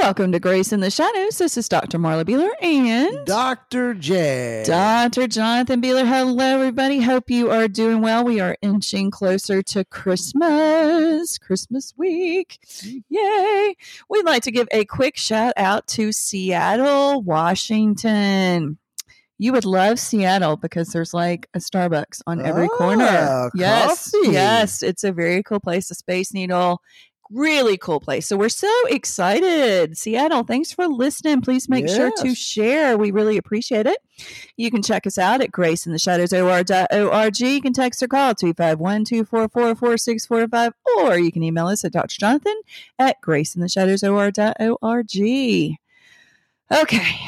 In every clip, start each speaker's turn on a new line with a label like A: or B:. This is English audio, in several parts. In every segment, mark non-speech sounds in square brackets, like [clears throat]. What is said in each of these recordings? A: Welcome to Grace in the Shadows. This is Dr. Marla Beeler and
B: Dr. J.
A: Dr. Jonathan Beeler. Hello, everybody. Hope you are doing well. We are inching closer to Christmas, Christmas week. Yay. We'd like to give a quick shout out to Seattle, Washington. You would love Seattle because there's like a Starbucks on every corner.
B: Ah,
A: Yes.
B: coffee.
A: Yes. It's a very cool place, the Space Needle really cool place. So we're so excited. Seattle, thanks for listening. Please make sure to
B: Yes.
A: share. We really appreciate it. You can check us out at graceintheshadowsor.org. You can text or call 251-244-4645 or you can email us at Dr. Jonathan at graceintheshadowsor.org. Okay,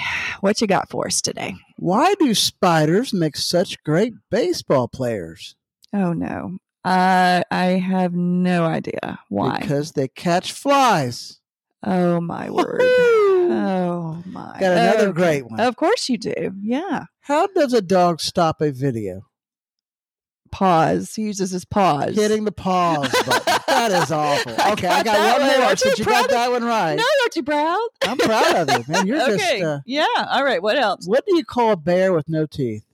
A: what you got for us today?
B: Why do spiders make such great baseball players?
A: Oh no. Uh, I have no idea why.
B: Because they catch flies.
A: oh [laughs] my
B: [laughs]
A: word.
B: Woo-hoo.
A: Oh my.
B: Got another
A: Okay.
B: great one.
A: Of course you do. Yeah.
B: How does a dog stop a video?
A: Pause. He uses his paws.
B: Hitting the
A: [laughs]
B: pause button. that is awful.
A: I
B: Okay, I
A: got that
B: got one
A: one.
B: more
A: Aren't you
B: since you got
A: proud of-
B: that one right.
A: No, aren't you proud?
B: I'm proud of it,
A: [laughs]
B: man. You're
A: okay.
B: just. Uh,
A: yeah. All right. What else?
B: what do you call a bear with no teeth?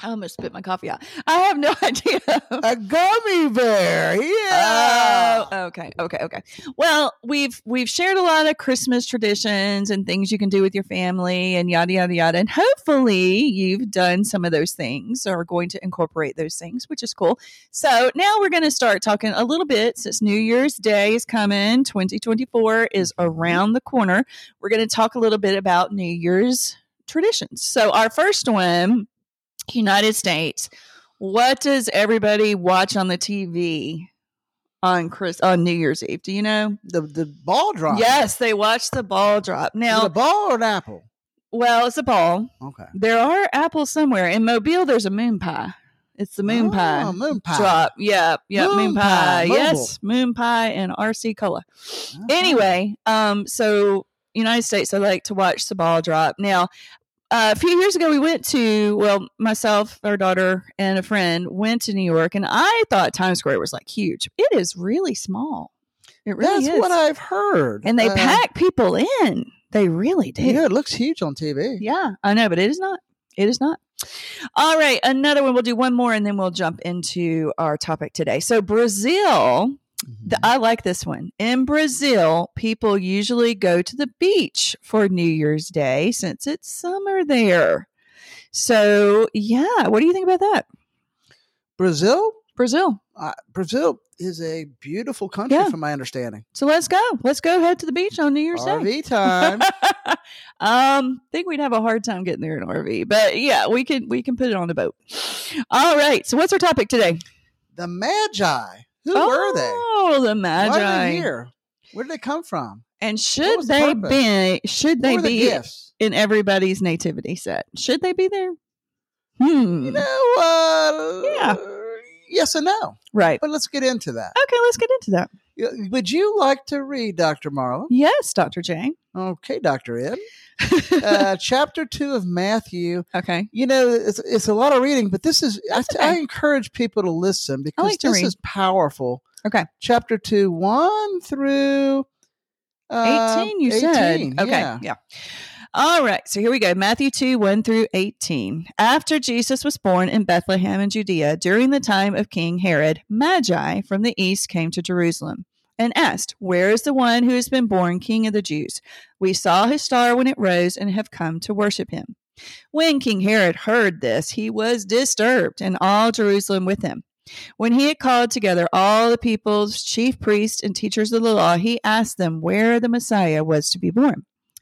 A: I almost spit my coffee out. I have no [laughs] idea.
B: A gummy bear. Yeah.
A: Oh, okay, okay, okay. Well, we've we've shared a lot of Christmas traditions and things you can do with your family and yada yada yada. And hopefully you've done some of those things or are going to incorporate those things, which is cool. So now we're gonna start talking a little bit since New Year's Day is coming, 2024 is around the corner. We're gonna talk a little bit about New Year's traditions. So our first one, United States. What does everybody watch on the TV on Chris on New Year's Eve? Do you know?
B: the, the ball drop.
A: Yes, they watch the ball drop.
B: Is it
A: Now,
B: a ball or an apple?
A: well, it's a ball.
B: Okay.
A: There are apples somewhere. In Mobile, there's a moon pie. It's the moon
B: Oh,
A: pie.
B: Moon pie.
A: Drop. Yeah. Yeah. Moon,
B: Moon
A: pie.
B: pie,
A: Yes. Moon pie and RC Cola.
B: Uh-huh.
A: Anyway, um, so United States, I like to watch the ball drop. Now, uh, a few years ago, we went to, well, myself, our daughter, and a friend went to New York, and I thought Times Square was like huge. It is really small. It really
B: that's
A: is.
B: what I've heard.
A: and they
B: Uh,
A: pack people in. They really do.
B: Yeah, it looks huge on TV.
A: Yeah, I know, but it is not. It is not. All right, another one. We'll do one more and then we'll jump into our topic today. So, Brazil, th- I like this one. In Brazil, people usually go to the beach for New Year's Day since it's summer there. So, yeah, what do you think about that?
B: Brazil,
A: Brazil.
B: uh, Brazil is a beautiful country,
A: Yeah.
B: from my understanding.
A: So, let's go. Let's go head to the beach on New Year's Day.
B: RV
A: [laughs]
B: time.
A: um, think we'd have a hard time getting there in an RV, but yeah, we can we can put it on the boat. All right. So what's our topic today?
B: the Magi. Who were they?
A: Oh, the
B: Why are they
A: Magi.
B: here? Where did they come from?
A: And
B: What
A: should
B: was the
A: they
B: purpose?
A: be? Should they
B: what were the
A: be
B: gifts?
A: in everybody's nativity set? Should they be there? Hmm.
B: No. Uh,
A: Yeah.
B: Yes and no.
A: Right.
B: But let's get into that.
A: Okay. Let's get into that.
B: Y- Would you like to read, Dr. Marlon?
A: Yes, Doctor Jane.
B: Okay, Dr.
A: [laughs]
B: Ed. Uh, chapter 2 of Matthew
A: okay.
B: you know, it's, it's a lot of reading, but this is, I,
A: That's
B: I
A: okay.
B: encourage people to listen because
A: like to
B: this
A: read.
B: is powerful.
A: Okay.
B: Chapter two, one through uh,
A: 18 you said
B: 18,
A: okay yeah.
B: yeah.
A: all right so here we go matthew 2 1 through 18 after jesus was born in bethlehem in judea during the time of king herod magi from the east came to jerusalem and asked where is the one who has been born king of the jews we saw his star when it rose and have come to worship him when king herod heard this he was disturbed and all jerusalem with him when he had called together all the people's chief priests and teachers of the law, he asked them where the Messiah was to be born.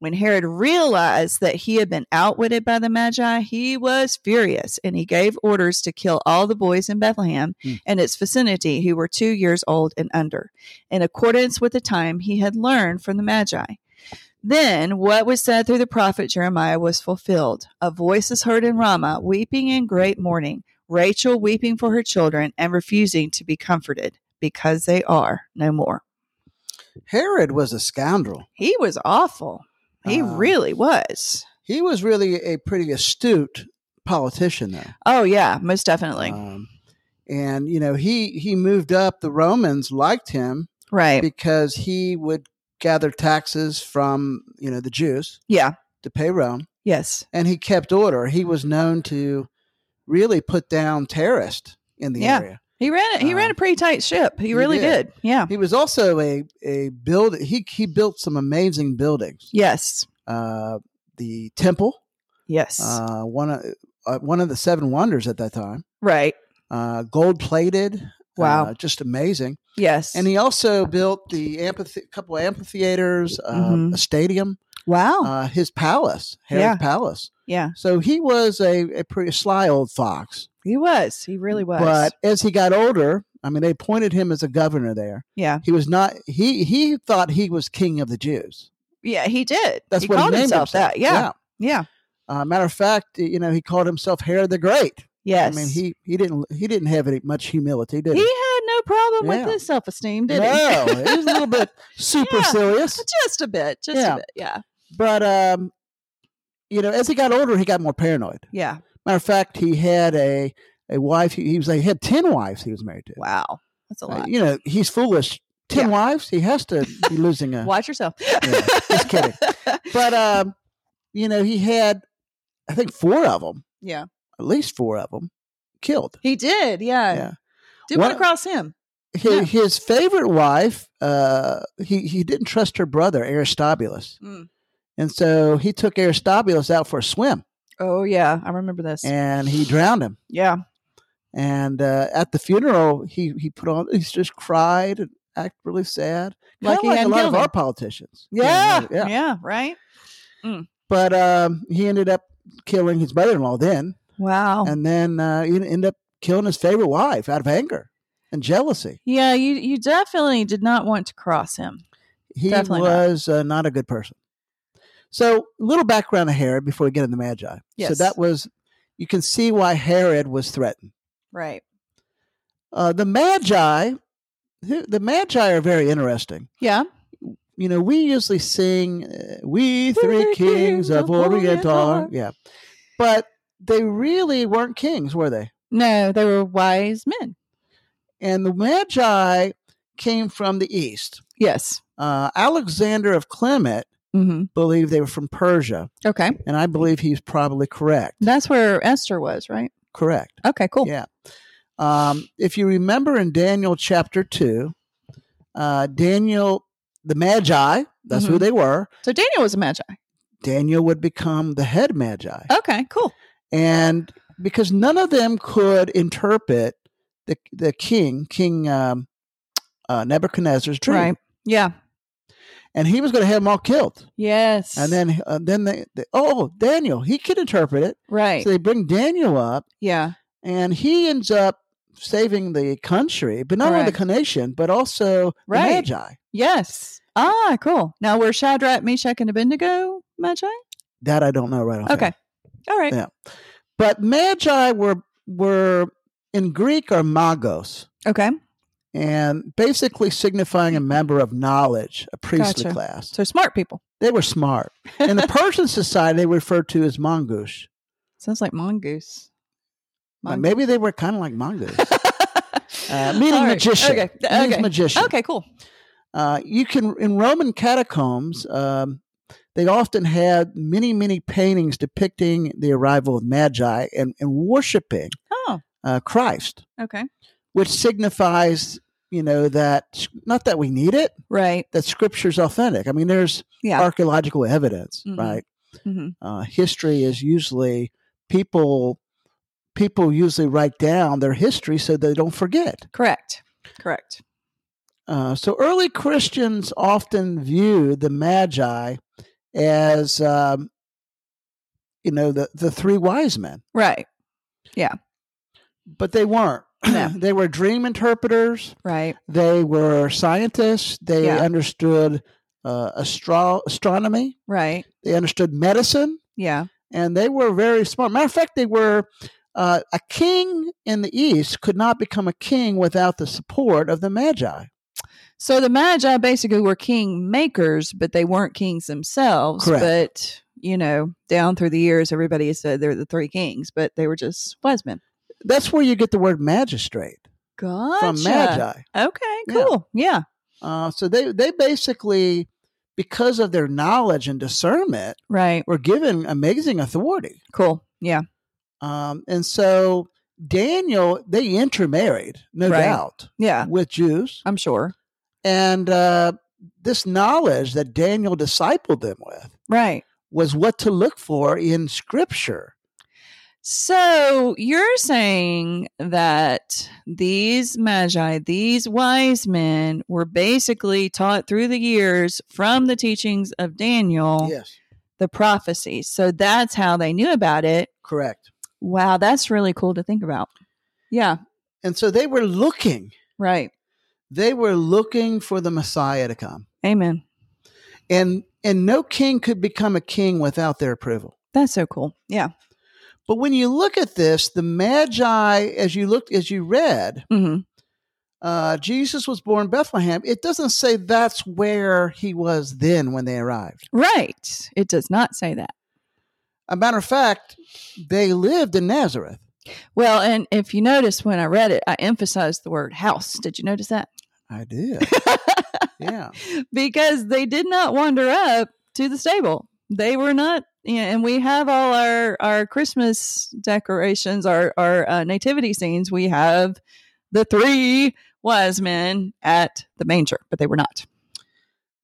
A: When Herod realized that he had been outwitted by the Magi, he was furious and he gave orders to kill all the boys in Bethlehem
B: Hmm.
A: and its vicinity who were two years old and under, in accordance with the time he had learned from the Magi. Then what was said through the prophet Jeremiah was fulfilled. A voice is heard in Ramah, weeping in great mourning, Rachel weeping for her children and refusing to be comforted because they are no more.
B: Herod was a scoundrel.
A: He was awful. He
B: Um,
A: really was.
B: He was really a pretty astute politician, though.
A: Oh yeah, most definitely.
B: Um, and you know he he moved up. The Romans liked him
A: right.
B: because he would gather taxes from you know the Jews
A: yeah.
B: to pay Rome,
A: Yes.
B: and he kept order. He was known to really put down terrorists in the
A: Yeah.
B: area.
A: He ran it. He ran
B: Um,
A: a pretty tight ship. He,
B: he
A: really
B: did.
A: did. Yeah.
B: He was also a a build. He he built some amazing buildings.
A: Yes.
B: Uh, the temple,
A: Yes.
B: uh, one of uh, one of the seven wonders at that time,
A: right.
B: uh, gold plated.
A: Wow.
B: uh, just amazing.
A: Yes.
B: And he also built the amphitheater, couple amphitheaters, uh,
A: Mhm.
B: a stadium,
A: wow.
B: uh, his palace, Herod's
A: Oh. Yeah.
B: palace.
A: yeah.
B: So he was a, a pretty sly old fox.
A: He was. He really was.
B: But as he got older, I mean, they appointed him as a governor there.
A: yeah.
B: He was not. He he thought he was king of the Jews.
A: Yeah. He did.
B: That's
A: he
B: what
A: called
B: he named
A: himself, that. Yeah. Yeah.
B: Uh, matter of fact, you know, he called himself Herod the Great.
A: Yes.
B: I mean, he he didn't he didn't have any much humility, did
A: He
B: he?
A: had no problem
B: Yeah.
A: with his self esteem, did
B: no,
A: he?
B: he was a little bit supercilious.
A: [laughs] just a bit. Just
B: Yeah.
A: a bit. Yeah.
B: But um, you know, as he got older, he got more paranoid.
A: Yeah.
B: Matter of fact, he had a a wife. He, he was like, he had ten wives. He was married to.
A: Wow. That's a
B: Uh,
A: lot.
B: you know, he's foolish. Ten
A: Yeah.
B: wives. He has to be losing
A: [laughs]
B: a.
A: Watch yourself.
B: Yeah, just kidding. But um, you know, he had, I think, four of them,
A: [laughs] yeah.
B: at least four of them, killed.
A: He did. Yeah.
B: Yeah.
A: Didn't
B: One-
A: want to cross him.
B: His,
A: Yeah.
B: his favorite wife, uh, he he didn't trust her brother Aristobulus,
A: Mm.
B: and so he took Aristobulus out for a swim,
A: Oh, yeah. I remember this.
B: and
A: [sighs]
B: he drowned him.
A: yeah.
B: And uh, at the funeral, he he put on he just cried and acted really sad, Kinda
A: Like he
B: like a
A: hadn't
B: lot of
A: killed
B: our
A: him.
B: politicians. You know,
A: Yeah.
B: yeah.
A: Yeah. Right.
B: But um, he ended up killing his brother-in-law then,
A: Wow.
B: and then uh, he ended up killing his favorite wife out of anger and jealousy.
A: yeah. You, you definitely did not want to cross him.
B: He
A: Definitely not.
B: was Uh, not a good person. So, little background of Herod before we get into Magi. So
A: Yes.
B: that was you can see why Herod was threatened.
A: Right.
B: Uh, the Magi, who- the Magi are very interesting.
A: Yeah.
B: you know, we usually sing uh, "We Three Kings, of Orient Are." Yeah, but they really weren't kings, were they?
A: No, they were wise men.
B: And the Magi came from the east.
A: Yes.
B: Uh, Alexander of Clement
A: hmm
B: believed they were from Persia,
A: Okay.
B: and I believe he's probably correct.
A: That's where Esther was, right?
B: Correct.
A: Okay. Cool.
B: Yeah. Um, if you remember in Daniel chapter two, uh, Daniel, the Magi, that's who
A: Mhm.
B: they were.
A: So Daniel was a magi.
B: Daniel would become the head Magi.
A: Okay. Cool.
B: and because none of them could interpret the the king, King um, uh, Nebuchadnezzar's dream,
A: Right. Yeah.
B: and he was going to have them all killed.
A: Yes.
B: And then uh, then they, they oh Daniel he could interpret it,
A: right.
B: so they bring Daniel up,
A: yeah.
B: and he ends up saving the country, but not only the nation, but also
A: Right.
B: the Magi.
A: Yes. Ah, cool. Now we're Shadrach, Meshach, and Abednego magi.
B: That I don't know right off.
A: Okay.
B: hand.
A: All right.
B: Yeah. but Magi were were in Greek are magos.
A: Okay.
B: and basically signifying a member of knowledge, a priestly
A: Mm-hmm. Gotcha.
B: class.
A: So smart people.
B: They were smart. In the Persian society, they were referred to as mongoose.
A: Sounds like mongoose.
B: But maybe they were kind of
A: [laughs]
B: like mongoose. Uh, meaning
A: All right.
B: magician.
A: Okay. Th-
B: Meaning
A: okay. [laughs]
B: magician.
A: Okay, cool.
B: Uh, you can in Roman catacombs. Um, they often had many, many paintings depicting the arrival of magi and, and worshiping
A: Oh,
B: uh, Christ,
A: okay.
B: which signifies, you know, that not that we need it,
A: Right.
B: that Scripture's authentic. I mean, there's
A: Yeah.
B: archaeological evidence,
A: Mhm.
B: right?
A: Mhm.
B: uh, history is usually people people usually write down their history so they don't forget
A: Correct. Correct.
B: uh, so early christians often viewed the magi as um, you know the, the three wise men
A: Right.
B: but they weren't [clears throat]
A: No.
B: they were dream interpreters
A: Right.
B: they were scientists they
A: Yeah.
B: understood uh, astro- astronomy
A: Right.
B: they understood medicine
A: Yeah.
B: and they were very smart. Matter of fact, they were uh, a king in the East could not become a king without the support of the Magi.
A: So the Magi basically were king makers, but they weren't kings themselves.
B: Correct.
A: But you know, down through the years, everybody has said they're the three kings, but they were just wise men.
B: That's where you get the word magistrate
A: Gotcha.
B: from Magi.
A: Okay.
B: Yeah.
A: Cool. Yeah.
B: Uh, so they they basically, because of their knowledge and discernment,
A: Right.
B: were given amazing authority.
A: Cool. Yeah.
B: Um, and so Daniel, they intermarried, no
A: Right. Uh.
B: doubt,
A: Yeah.
B: with Jews,
A: I'm sure.
B: and uh, this knowledge that Daniel discipled them with.
A: Right.
B: was what to look for in scripture.
A: So you're saying that these magi, these wise men, were basically taught through the years from the teachings of Daniel,
B: Yes,
A: the prophecies. So that's how they knew about it.
B: correct.
A: Wow, that's really cool to think about. Yeah,
B: And so they were looking,
A: right.
B: they were looking for the Messiah to come.
A: Amen.
B: And and no king could become a king without their approval.
A: That's so cool. Yeah.
B: But when you look at this, the Magi, as you looked, as you read,
A: hmm
B: uh, Jesus was born in Bethlehem. It doesn't say that's where he was then when they arrived.
A: Right. It does not say that.
B: A matter of fact, they lived in Nazareth.
A: Well, and if you notice when I read it, I emphasized the word house. Did you notice that?
B: I [laughs] did. yeah.
A: because they did not wander up to the stable. They were not, you know, and we have all our our Christmas decorations, our our uh, nativity scenes. We have the three wise men at the manger, but they were not.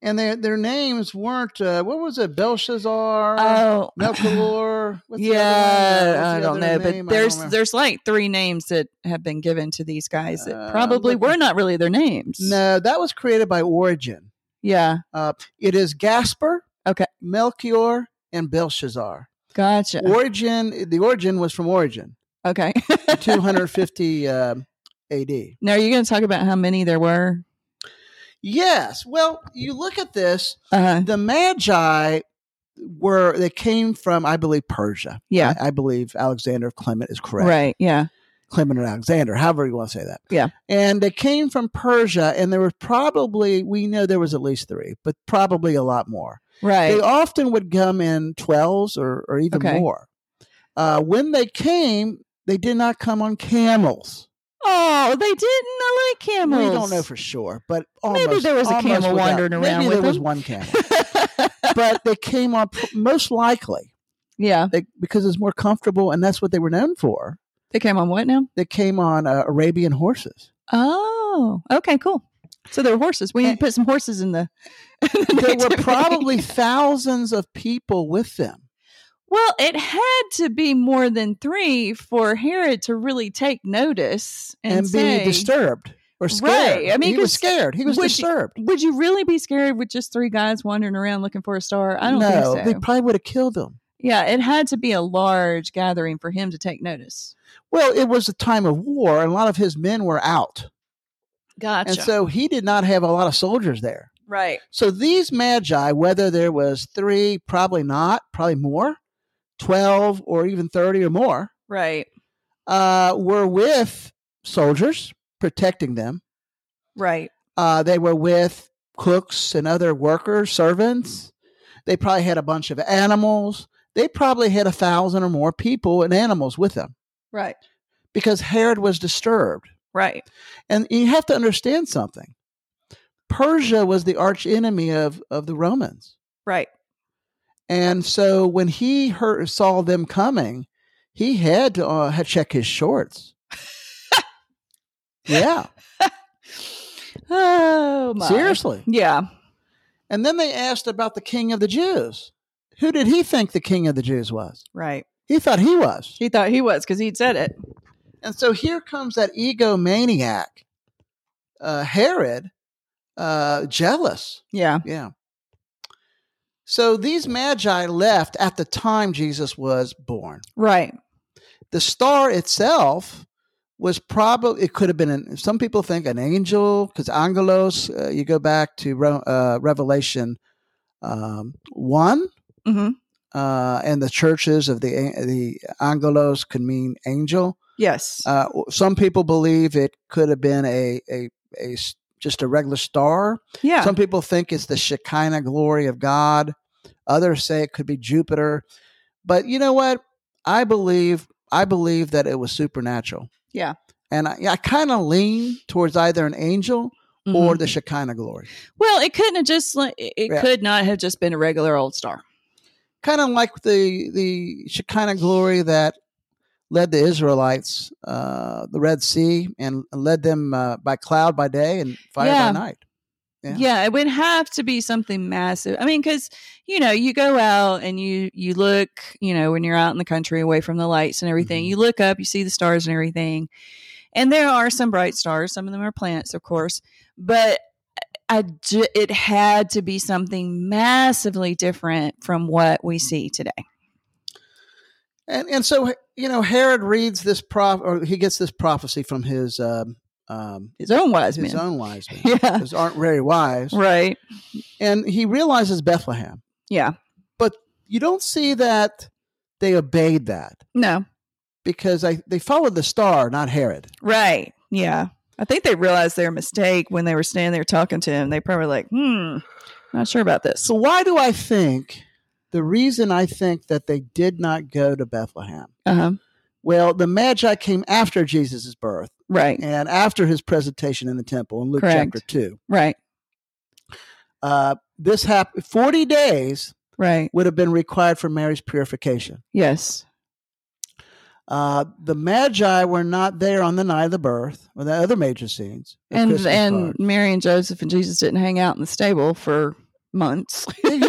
B: And their their names weren't uh, what was it? Belshazzar.
A: Oh,
B: Melchior.
A: [sighs]
B: What's the other one?
A: yeah,
B: What's the
A: I don't
B: other
A: know,
B: name?
A: but
B: I don't
A: there's
B: remember.
A: there's like three names that have been given to these guys that
B: Uh,
A: probably
B: look-
A: were not really their names.
B: no. That was created by Origin.
A: Yeah,
B: It is Gaspar.
A: Okay.
B: Melchior and Belshazzar.
A: gotcha.
B: Origin. The origin was from
A: [laughs]
B: Origin,
A: okay.
B: 250 um, A.D.
A: [laughs] now, are you going to talk about how many there were?
B: Yes. Well, you look at this.
A: Uh,
B: The Magi were they came from I believe Persia.
A: yeah,
B: I, I believe Alexander of Clement is correct.
A: right. Yeah.
B: Clement and Alexander, however you want to say that.
A: Yeah.
B: And they came from Persia, and there was probably, we know there was at least three, but probably a lot more.
A: Right.
B: They often would come in 12s or, or even
A: Okay.
B: more. Uh, when they came, they did not come on camels.
A: oh, they didn't. I like camels.
B: We don't know for sure, but
A: Maybe
B: almost,
A: there was a
B: almost
A: camel
B: without-
A: wandering around
B: Maybe
A: with
B: there was
A: them. [laughs]
B: one camel, but they came on pr- most likely
A: yeah,
B: they, because it's more comfortable, and that's what they were known for.
A: they came on what now?
B: They came on uh,
A: [laughs]
B: Arabian horses.
A: Oh, okay, cool. So there were horses. We need to put some horses in the. [laughs] in the
B: Eh. there were
A: nativity.
B: probably thousands of people with them.
A: Well, it had to be more than three for Herod to really take notice and,
B: and,
A: say,
B: be disturbed or scared.
A: Right. I mean,
B: he was
A: 'cause
B: scared. He was
A: would you-
B: disturbed.
A: Would you really be scared with just three guys wandering around looking for a star? I don't
B: no,
A: think so.
B: they probably would have killed him.
A: yeah, it had to be a large gathering for him to take notice.
B: Well, it was a time of war, and a lot of his men were out,
A: Gotcha.
B: and so he did not have a lot of soldiers there.
A: right.
B: So these magi, whether there was three, probably not, probably more, twelve or even thirty or more,
A: Right.
B: uh, were with soldiers protecting them.
A: Right.
B: Uh, they were with cooks and other workers, servants. They probably had a bunch of animals. They probably had a thousand or more people and animals with them
A: Right.
B: because Herod was disturbed.
A: Right.
B: And you have to understand something. Persia was the archenemy of, of the Romans.
A: Right.
B: And so when he heard, saw them coming, he had to uh, had to check his shorts. yeah,
A: Oh my.
B: seriously.
A: Yeah.
B: And then they asked about the king of the Jews. Who did he think the king of the Jews was?
A: Right.
B: He thought he was.
A: He thought he was because he'd said it.
B: And so here comes that egomaniac, uh, Herod, uh, jealous.
A: Yeah.
B: Yeah. So these magi left at the time Jesus was born.
A: Right.
B: The star itself was probably it could have been an, some people think an angel because angelos uh, you go back to Re, uh, revelation um, 1
A: hmm
B: uh, and the churches of the an- the angelos could mean angel
A: Yes.
B: uh, some people believe it could have been a, a, a s- just a regular star
A: yeah.
B: some people think it's the Shekinah glory of God. Others say it could be Jupiter. But you know what? I believe I believe that it was supernatural.
A: Yeah.
B: And I, I kind of lean towards either an angel
A: Mhm.
B: or the Shekinah glory.
A: well, it couldn't have just like it it
B: Yeah.
A: could not have just been a regular old star.
B: Kind of like the the Shekinah glory that led the Israelites uh, the Red Sea and led them uh, by cloud by day and fire
A: Yeah.
B: by night. Yeah.
A: Yeah. it would have to be something massive. I mean, because you know, you go out and you you look, you know, when you're out in the country away from the lights and everything,
B: Mhm.
A: you look up, you see the stars and everything, and there are some bright stars. Some of them are planets, of course, but I ju- it had to be something massively different from what we see today.
B: And and so you know Herod reads this prop or he gets this prophecy from his um, um,
A: His own wise
B: his
A: men.
B: own
A: [laughs]
B: wise men.
A: yeah.
B: Those aren't very wise.
A: Right.
B: And he realizes Bethlehem.
A: Yeah.
B: You don't see that they obeyed that
A: No.
B: because I, they followed the star, not Herod.
A: Right. Yeah. I think they realized their mistake when they were standing there talking to him. They probably were like, hmm, not sure about this.
B: So why do I think the reason I think that they did not go to Bethlehem?
A: Uh-huh.
B: Well, the Magi came after Jesus' birth
A: Right.
B: and after his presentation in the temple in Luke
A: Correct.
B: chapter 2.
A: Right.
B: Uh, this happened 40 days
A: Right.
B: would have been required for Mary's purification.
A: Yes.
B: Uh, the Magi were not there on the night of the birth or the other major scenes. the
A: And
B: Christmas
A: and
B: card.
A: Mary and Joseph and Jesus didn't hang out in the stable for months.
B: [laughs] they,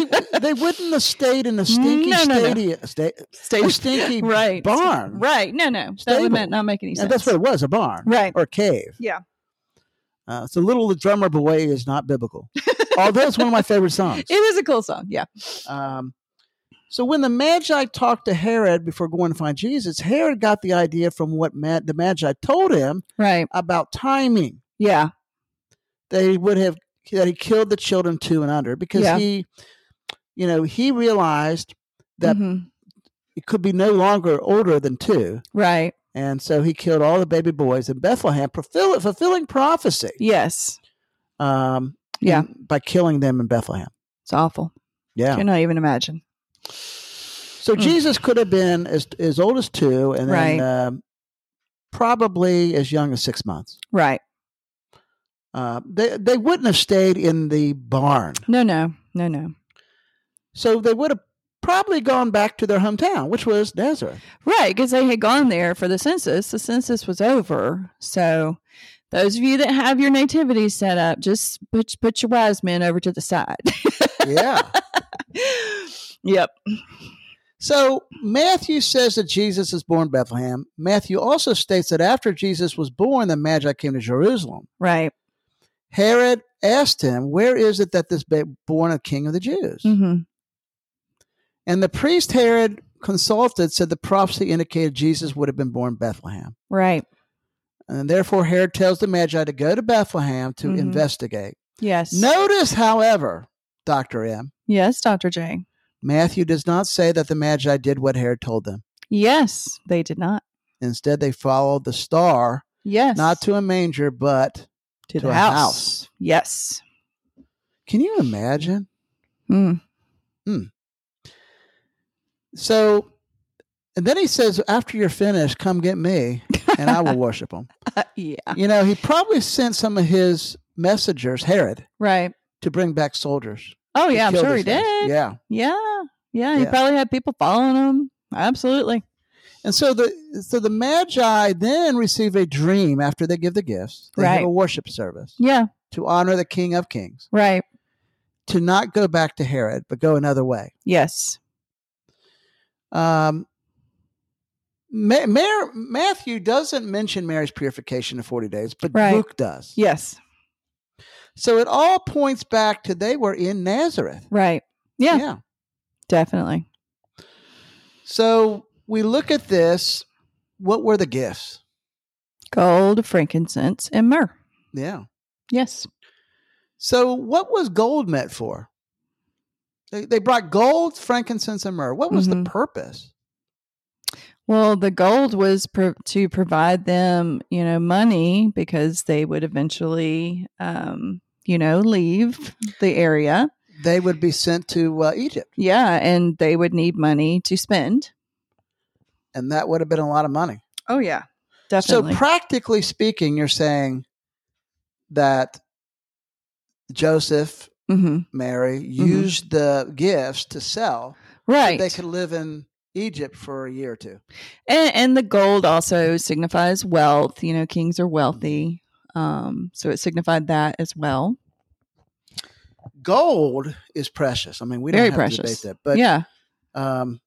B: they wouldn't have stayed in a stinky
A: No, no, no.
B: stadium, sta-
A: Stable.
B: a stinky
A: [laughs] right.
B: barn.
A: Right. No, no. That
B: Stable.
A: would not- not make any sense.
B: And that's what it was, a barn
A: Right.
B: or a cave.
A: Yeah.
B: Uh, so Little the Drummer Boy is not biblical, although it's one of my favorite songs.
A: [laughs] It is a cool song. Yeah.
B: Um, so when the Magi talked to Herod before going to find Jesus, Herod got the idea from what Ma- the Magi told him
A: Right.
B: about timing.
A: Yeah.
B: that he would have that he killed the children two and under because
A: Yeah.
B: he you know he realized That-
A: Mhm.
B: it could be no longer older than two
A: Right.
B: and so he killed all the baby boys in bethlehem fulfill, fulfilling prophecy
A: Yes.
B: um
A: Yeah.
B: in- by killing them in bethlehem
A: It's awful.
B: yeah
A: Cannot even imagine.
B: so
A: Mm.
B: jesus could have been as as old as two and
A: Right.
B: then um, probably as young as six months
A: Right.
B: uh, they they wouldn't have stayed in the barn
A: No, no. No, no.
B: so they would have probably gone back to their hometown which was nazareth
A: Right, because they had gone there for the census. The census was over. So, those of you that have your nativity set up, just put, put your wise men over to the side.
B: yeah
A: yep.
B: [laughs] So Matthew says that Jesus is born in Bethlehem. Matthew also states that after Jesus was born, the Magi came to Jerusalem.
A: Right.
B: Herod asked him, "Where is it that this ba- born a king of the Jews?"
A: hmm
B: And the priest Herod consulted said the prophecy indicated Jesus would have been born in Bethlehem,
A: Right.
B: and therefore Herod tells the Magi to go to Bethlehem to
A: Mhm.
B: investigate.
A: Yes.
B: Notice, however, Doctor M.
A: Yes, Dr. J.
B: Matthew does not say that the Magi did what Herod told them.
A: Yes, they did not.
B: Instead, they followed the star,
A: Yes.
B: not to a manger, but
A: to
B: to a
A: the house.
B: house.
A: Yes.
B: Can you imagine?
A: Mm.
B: So, and then he says, after you're finished, come get me. and I will worship him.
A: Uh, yeah.
B: You know, he probably sent some of his messengers, Herod,
A: Right.
B: to bring back soldiers.
A: Oh,
B: to
A: yeah. I'm
B: kill
A: sure he
B: these guys.
A: did.
B: Yeah.
A: Yeah. Yeah. He
B: Yeah.
A: probably had people following him. Absolutely.
B: And so the so the magi then receive a dream after they give the gifts. They have
A: Right.
B: a worship service
A: Yeah.
B: to honor the King of Kings,
A: Right.
B: to not go back to Herod, but go another way.
A: Yes.
B: Um, Ma- Mar- Matthew doesn't mention Mary's purification of forty days, but
A: Right.
B: Luke does.
A: Yes.
B: So it all points back to they were in Nazareth.
A: Right. Yeah. Definitely.
B: So we look at this. What were the gifts?
A: Gold, frankincense, and myrrh.
B: Yeah.
A: Yes.
B: So, what was gold meant for? They, they brought gold, frankincense, and myrrh. What was
A: Mhm.
B: the purpose?
A: Well, the gold was pro- to provide them, you know, money because they would eventually, um, you know, leave the area.
B: They would be sent to uh, Egypt,
A: Yeah. And they would need money to spend.
B: and that would have been a lot of money.
A: Oh, yeah. Definitely.
B: So, practically speaking, you're saying that Joseph,
A: mm-hmm.
B: Mary used the gifts to sell
A: Right.
B: so they could live in Egypt for a year or two.
A: and, and the gold also signifies wealth. You know, kings are wealthy. Um, so it signified that as well.
B: Gold is precious. I mean, we
A: Very
B: don't have to
A: precious.
B: debate that, but
A: yeah.
B: Um,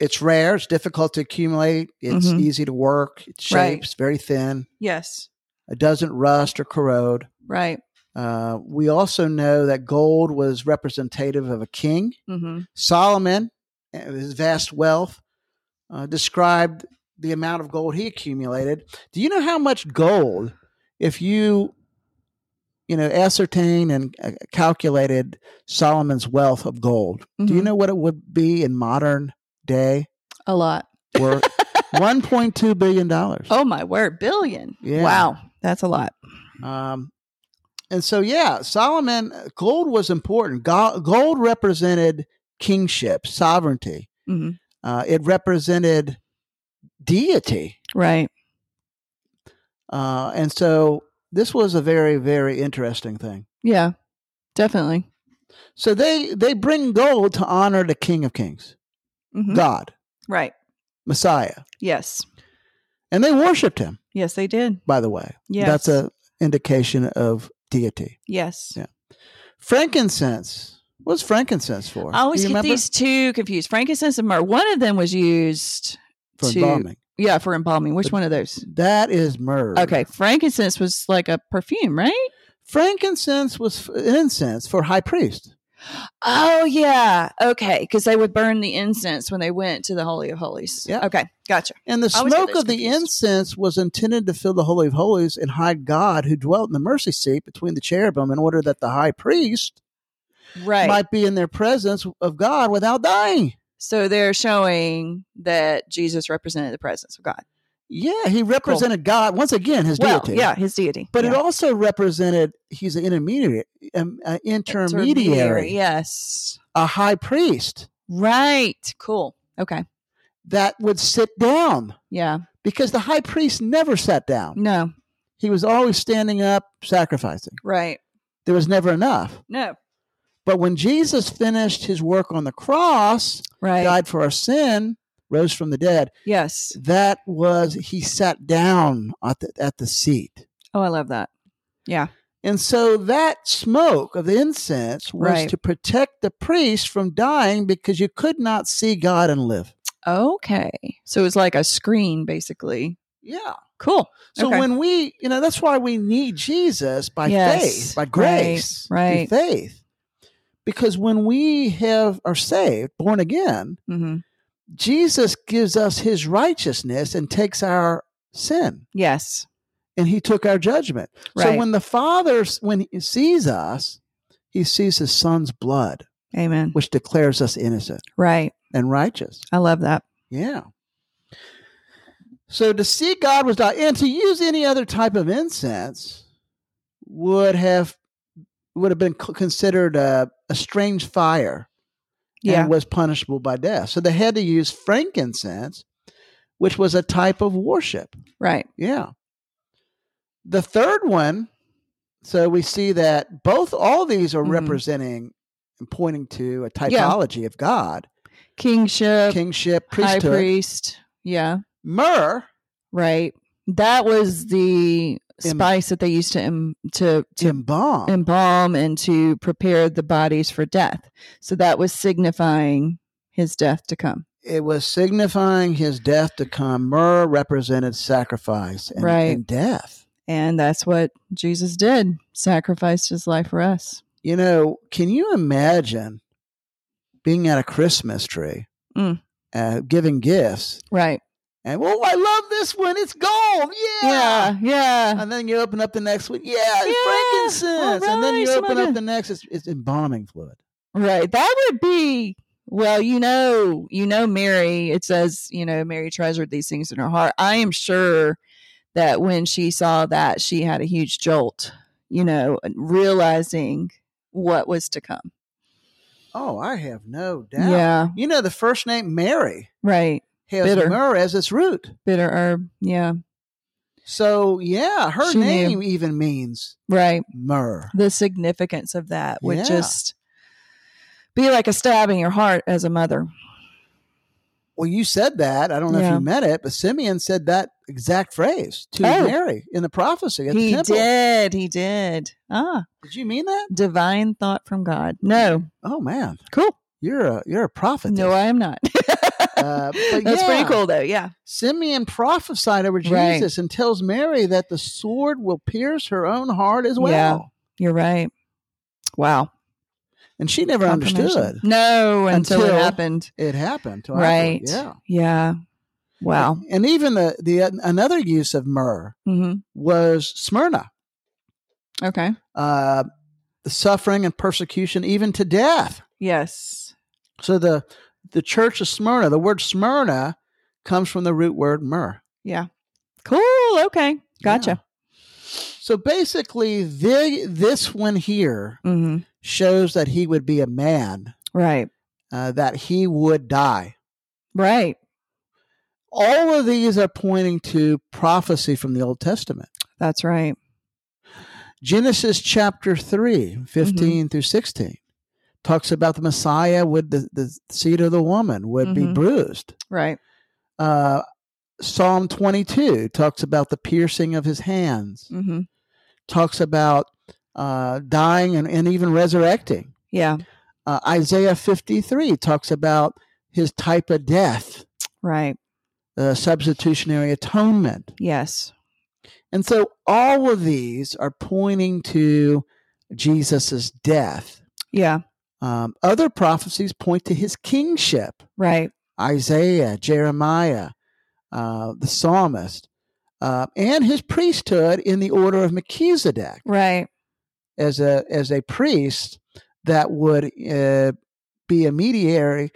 B: it's rare. It's difficult to accumulate. It's
A: Mhm.
B: easy to work. It's
A: Right.
B: shapes very thin.
A: Yes.
B: It doesn't rust or corrode.
A: Right.
B: Uh, we also know that gold was representative of a king.
A: Mm-hmm.
B: Solomon, uh, with his vast wealth, uh, described the amount of gold he accumulated. Do you know how much gold, if you, you know, ascertain and uh, calculated Solomon's wealth of gold? Do you know what it would be in modern day?
A: Mm-hmm. a lot?
B: were one point two billion dollars.
A: Oh my word, billion!
B: Yeah.
A: Wow, that's a lot.
B: Um, and so yeah, Solomon uh, gold was important. Go- gold represented kingship, sovereignty.
A: Mhm.
B: Uh, it represented deity,
A: Right.
B: uh, and so this was a very very interesting thing.
A: Yeah. Definitely.
B: So they they bring gold to honor the King of Kings,
A: Mhm.
B: God,
A: Right.
B: Messiah,
A: Yes.
B: and they worshipped him.
A: Yes, they did.
B: By the way,
A: Yes.
B: that's a indication of deity.
A: yes.
B: Yeah. Frankincense. What's frankincense for?
A: I always
B: Do
A: get
B: you remember?
A: these two confused. Frankincense and myrrh. One of them was used.
B: for
A: to-
B: embalming.
A: Yeah, for embalming. Which
B: But-
A: one of those?
B: That is myrrh.
A: Okay, frankincense was like a perfume, right?
B: Frankincense was f- incense for high priest.
A: Oh yeah. Okay, because they would burn the incense when they went to the holy of holies.
B: Yeah.
A: Okay, gotcha.
B: And the
A: I always get
B: smoke
A: those
B: of the
A: confused.
B: incense was intended to fill the Holy of Holies and hide God who dwelt in the mercy seat between the cherubim in order that the high priest
A: Right.
B: might be in their presence of God without dying.
A: so they're showing that Jesus represented the presence of God.
B: Yeah, he represented God, once again, his
A: well,
B: deity.
A: yeah, his deity.
B: But
A: yeah.
B: it also represented, he's an intermediary, um, uh, intermediary,
A: Yes.
B: a high priest.
A: Right. Cool. Okay.
B: that would sit down
A: Yeah.
B: because the high priest never sat down.
A: No.
B: He was always standing up, sacrificing.
A: Right.
B: There was never enough.
A: No.
B: But when Jesus finished his work on the cross,
A: Right.
B: died for our sin, rose from the dead,
A: Yes.
B: that was, he sat down at the, at the seat.
A: Oh, I love that.
B: And so that smoke of the incense was
A: Right.
B: to protect the priest from dying because you could not see God and live.
A: Okay. So it was like a screen, basically.
B: Yeah.
A: Cool.
B: So
A: Okay.
B: when we, you know, that's why we need Jesus by
A: Yes.
B: faith, by
A: Right.
B: grace, through
A: Right.
B: faith. Because when we have are saved, born again,
A: Mm-hmm.
B: Jesus gives us His righteousness and takes our sin,
A: Yes.
B: and He took our judgment. So
A: Right.
B: when the Father, s- when He sees us, He sees His Son's blood,
A: Amen.
B: which declares us innocent
A: Right.
B: and righteous.
A: I love that.
B: Yeah. So to see God was not, and to use any other type of incense would have would have been co- considered a, a strange fire
A: Yeah.
B: and was punishable by death. So they had to use frankincense, which was a type of worship.
A: Right.
B: Yeah. The third one, so we see that both all these are
A: Mhm.
B: representing and pointing to a
A: Yeah.
B: typology of God,
A: Kingship,
B: kingship,
A: high
B: priesthood.
A: priest. Yeah.
B: Myrrh,
A: Right. That was the
B: Em-
A: spice that they used to em- to to
B: embalm.
A: embalm and to prepare the bodies for death. So that was signifying his death to come.
B: it was signifying his death to come. Myrrh represented sacrifice and,
A: Right.
B: and death.
A: And that's what Jesus did, sacrificed his life for us.
B: You know, can you imagine being at a Christmas tree,
A: Mm.
B: uh, giving gifts,
A: Right.
B: and oh, I love this one. It's gold. Yeah.
A: Yeah. Yeah.
B: And then you open up the next one. Yeah, it's
A: Yeah. All
B: frankincense. and then you
A: right,
B: open
A: somebody-
B: up the next. It's, it's embalming fluid.
A: Right. That would be well, you know, you know Mary, it says, you know, Mary treasured these things in her heart. I am sure that when she saw that, she had a huge jolt, you know, realizing what was to come.
B: Oh, I have no doubt.
A: Yeah.
B: You know, the first name Mary
A: Right.
B: has
A: Bitter.
B: myrrh as its root.
A: Bitter herb. Yeah.
B: So yeah, her
A: She knew.
B: name even means
A: Right.
B: myrrh.
A: the significance of that would
B: Yeah.
A: just be like a stab in your heart as a mother.
B: Well, you said that. I don't know if
A: Yeah.
B: you meant it, but Simeon said that exact phrase to
A: Oh.
B: Mary in the prophecy at the
A: He
B: temple.
A: did. He did. Ah,
B: Did you mean that?
A: divine thought from God. No.
B: Oh man,
A: Cool.
B: you're a you're a prophet.
A: No, I am not. [laughs]
B: Uh, but
A: That's
B: yeah.
A: pretty cool, though. Yeah.
B: Simeon prophesied over Jesus
A: Right.
B: and tells Mary that the sword will pierce her own heart as well.
A: Yeah. You're right. Wow.
B: And she never
A: Confirmation.
B: understood.
A: No, until,
B: Until-
A: it happened.
B: It happened. till after-
A: Right.
B: Yeah.
A: Yeah. Wow.
B: And even the the another use of myrrh
A: hmm
B: was Smyrna.
A: Okay.
B: Uh, the suffering and persecution even to death.
A: Yes.
B: So the the church of Smyrna, the word Smyrna comes from the root word myrrh.
A: Yeah. Cool. Okay. Gotcha.
B: So basically, the, this one here
A: hmm
B: shows that he would be a man,
A: Right.
B: uh, that he would die.
A: Right.
B: All of these are pointing to prophecy from the Old Testament.
A: That's right.
B: Genesis chapter 3, 15 through 16, talks about the Messiah would, the, the seed of the woman would be
A: Mhm.
B: bruised.
A: Right.
B: Uh, Psalm 22 talks about the piercing of his hands.
A: hmm
B: talks about uh, dying and, and even resurrecting.
A: Yeah.
B: Uh, Isaiah 53 talks about his type of death,
A: Right.
B: the substitutionary atonement.
A: Yes.
B: And so all of these are pointing to Jesus' death.
A: Yeah,
B: Um, other prophecies point to his kingship
A: right.
B: Isaiah, Jeremiah, uh, the psalmist, uh, and his priesthood in the order of Melchizedek.
A: Right.
B: as a as a priest that would uh, be a mediary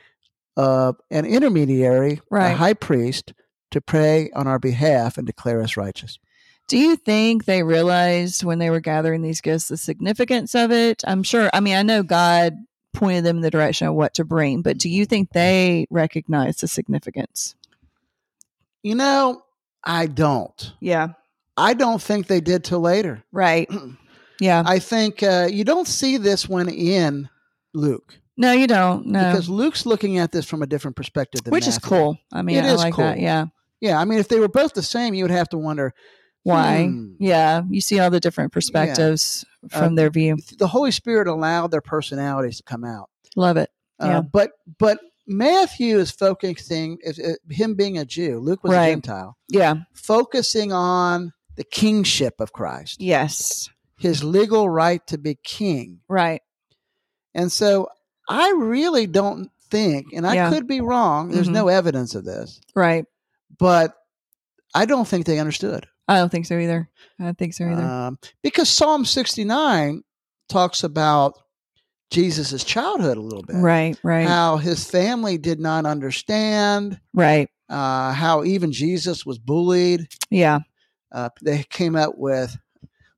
B: uh, an intermediary a
A: Right.
B: high priest to pray on our behalf and declare us righteous
A: Do you think they realized when they were gathering these gifts the significance of it? I'm sure. I mean, I know God pointed them in the direction of what to bring, but do you think they recognized the significance?
B: you know i don't
A: Yeah.
B: i don't think they did till later [clears throat]
A: Right. Yeah.
B: i think uh, you don't see this one in luke
A: No, you don't. No.
B: because luke's looking at this from a different perspective than
A: Which is
B: Matthew.
A: cool. I mean,
B: It
A: I
B: is
A: like that.
B: cool.
A: Yeah.
B: yeah i mean if they were both the same you would have to wonder
A: Why?
B: hmm,
A: Yeah. You see all the different perspectives from
B: Um,
A: their view.
B: the holy spirit allowed their personalities to come out
A: Love it. Yeah.
B: Uh, but but Matthew is focusing is, is him being a Jew. Luke was
A: Right.
B: a Gentile,
A: Yeah.
B: focusing on the kingship of Christ,
A: Yes.
B: his legal right to be king.
A: Right.
B: And so I really don't think, and I
A: Yeah.
B: could be wrong. There's
A: Mhm.
B: no evidence of this,
A: Right.
B: but I don't think they understood
A: I don't think so either. I don't think so either.
B: um, because Psalm 69 talks about Jesus' childhood a little bit,
A: right. Right.
B: how his family did not understand.
A: right.
B: uh, how even Jesus was bullied.
A: Yeah.
B: Uh, they came up with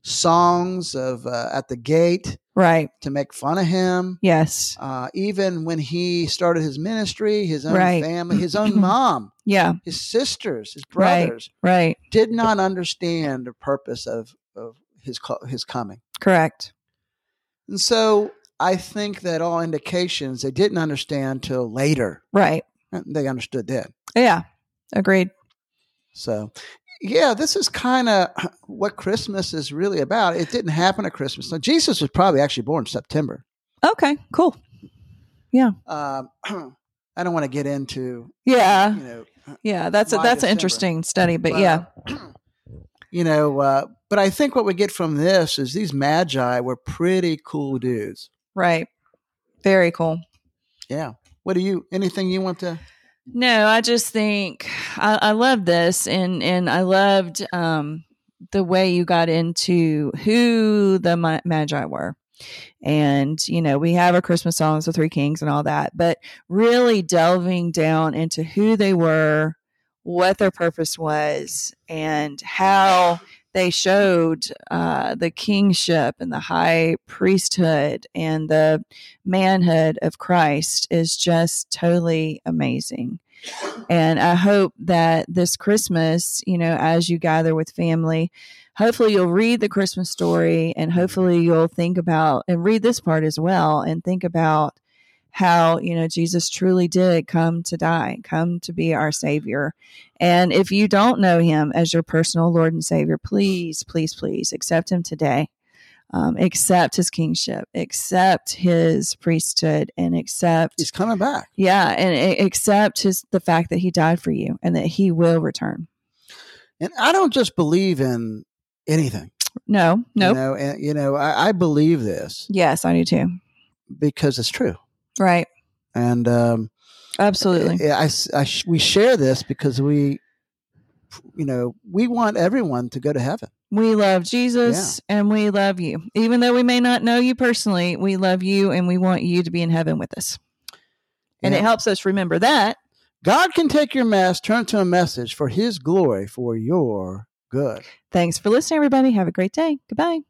B: songs of uh, at the gate
A: Right.
B: to make fun of him.
A: Yes.
B: Uh, even when he started his ministry, his own
A: Right.
B: family,
A: [clears throat]
B: his own mom,
A: Yeah.
B: his sisters, his
A: Right.
B: brothers
A: Right.
B: did not understand the purpose of, of his co- his coming.
A: Correct.
B: And so I think that all indications they didn't understand till later.
A: Right.
B: And They understood then.
A: Yeah. Agreed.
B: So, yeah, this is kind of [laughs] what Christmas is really about. It didn't happen at Christmas. Now, Jesus was probably actually born in September.
A: Okay. Cool.
B: Um, [clears throat] I don't want to get into,
A: Yeah.
B: you know,
A: Yeah. That's a,
B: Why
A: that's an
B: December?
A: interesting study, but yeah.
B: [clears throat] you know, uh, but I think what we get from this is these magi were pretty cool dudes.
A: Right. Very cool.
B: Yeah. What do you? Anything you want to?
A: No, I just think I, I love this, and and I loved um, the way you got into who the ma- magi were, and you know we have our Christmas songs, the Three Kings, and all that, but really delving down into who they were, what their purpose was, and how they showed uh, the kingship and the high priesthood and the manhood of Christ is just totally amazing. And I hope that this Christmas, you know, as you gather with family, hopefully you'll read the Christmas story and hopefully you'll think about and read this part as well and think about how, you know, Jesus truly did come to die, come to be our Savior. And if you don't know him as your personal Lord and Savior, please, please, please accept him today um, accept his kingship, accept his priesthood, and accept
B: He's coming back.
A: yeah, and a- accept his the fact that he died for you and that he will return.
B: And I don't just believe in anything.
A: No, no,
B: You know, and, you know I, I believe this
A: yes, I do too.
B: because it's true.
A: Right,
B: And um,
A: absolutely.
B: I, I, I sh- we share this because we, you know, we want everyone to go to heaven.
A: We love Jesus and we love you, even though we may not know you personally. We love you and we want you to be in heaven with us. And
B: Yeah.
A: it helps us remember that.
B: God can take your mess, turn it to a message for His glory, for your good.
A: Thanks for listening, everybody. Have a great day. Goodbye.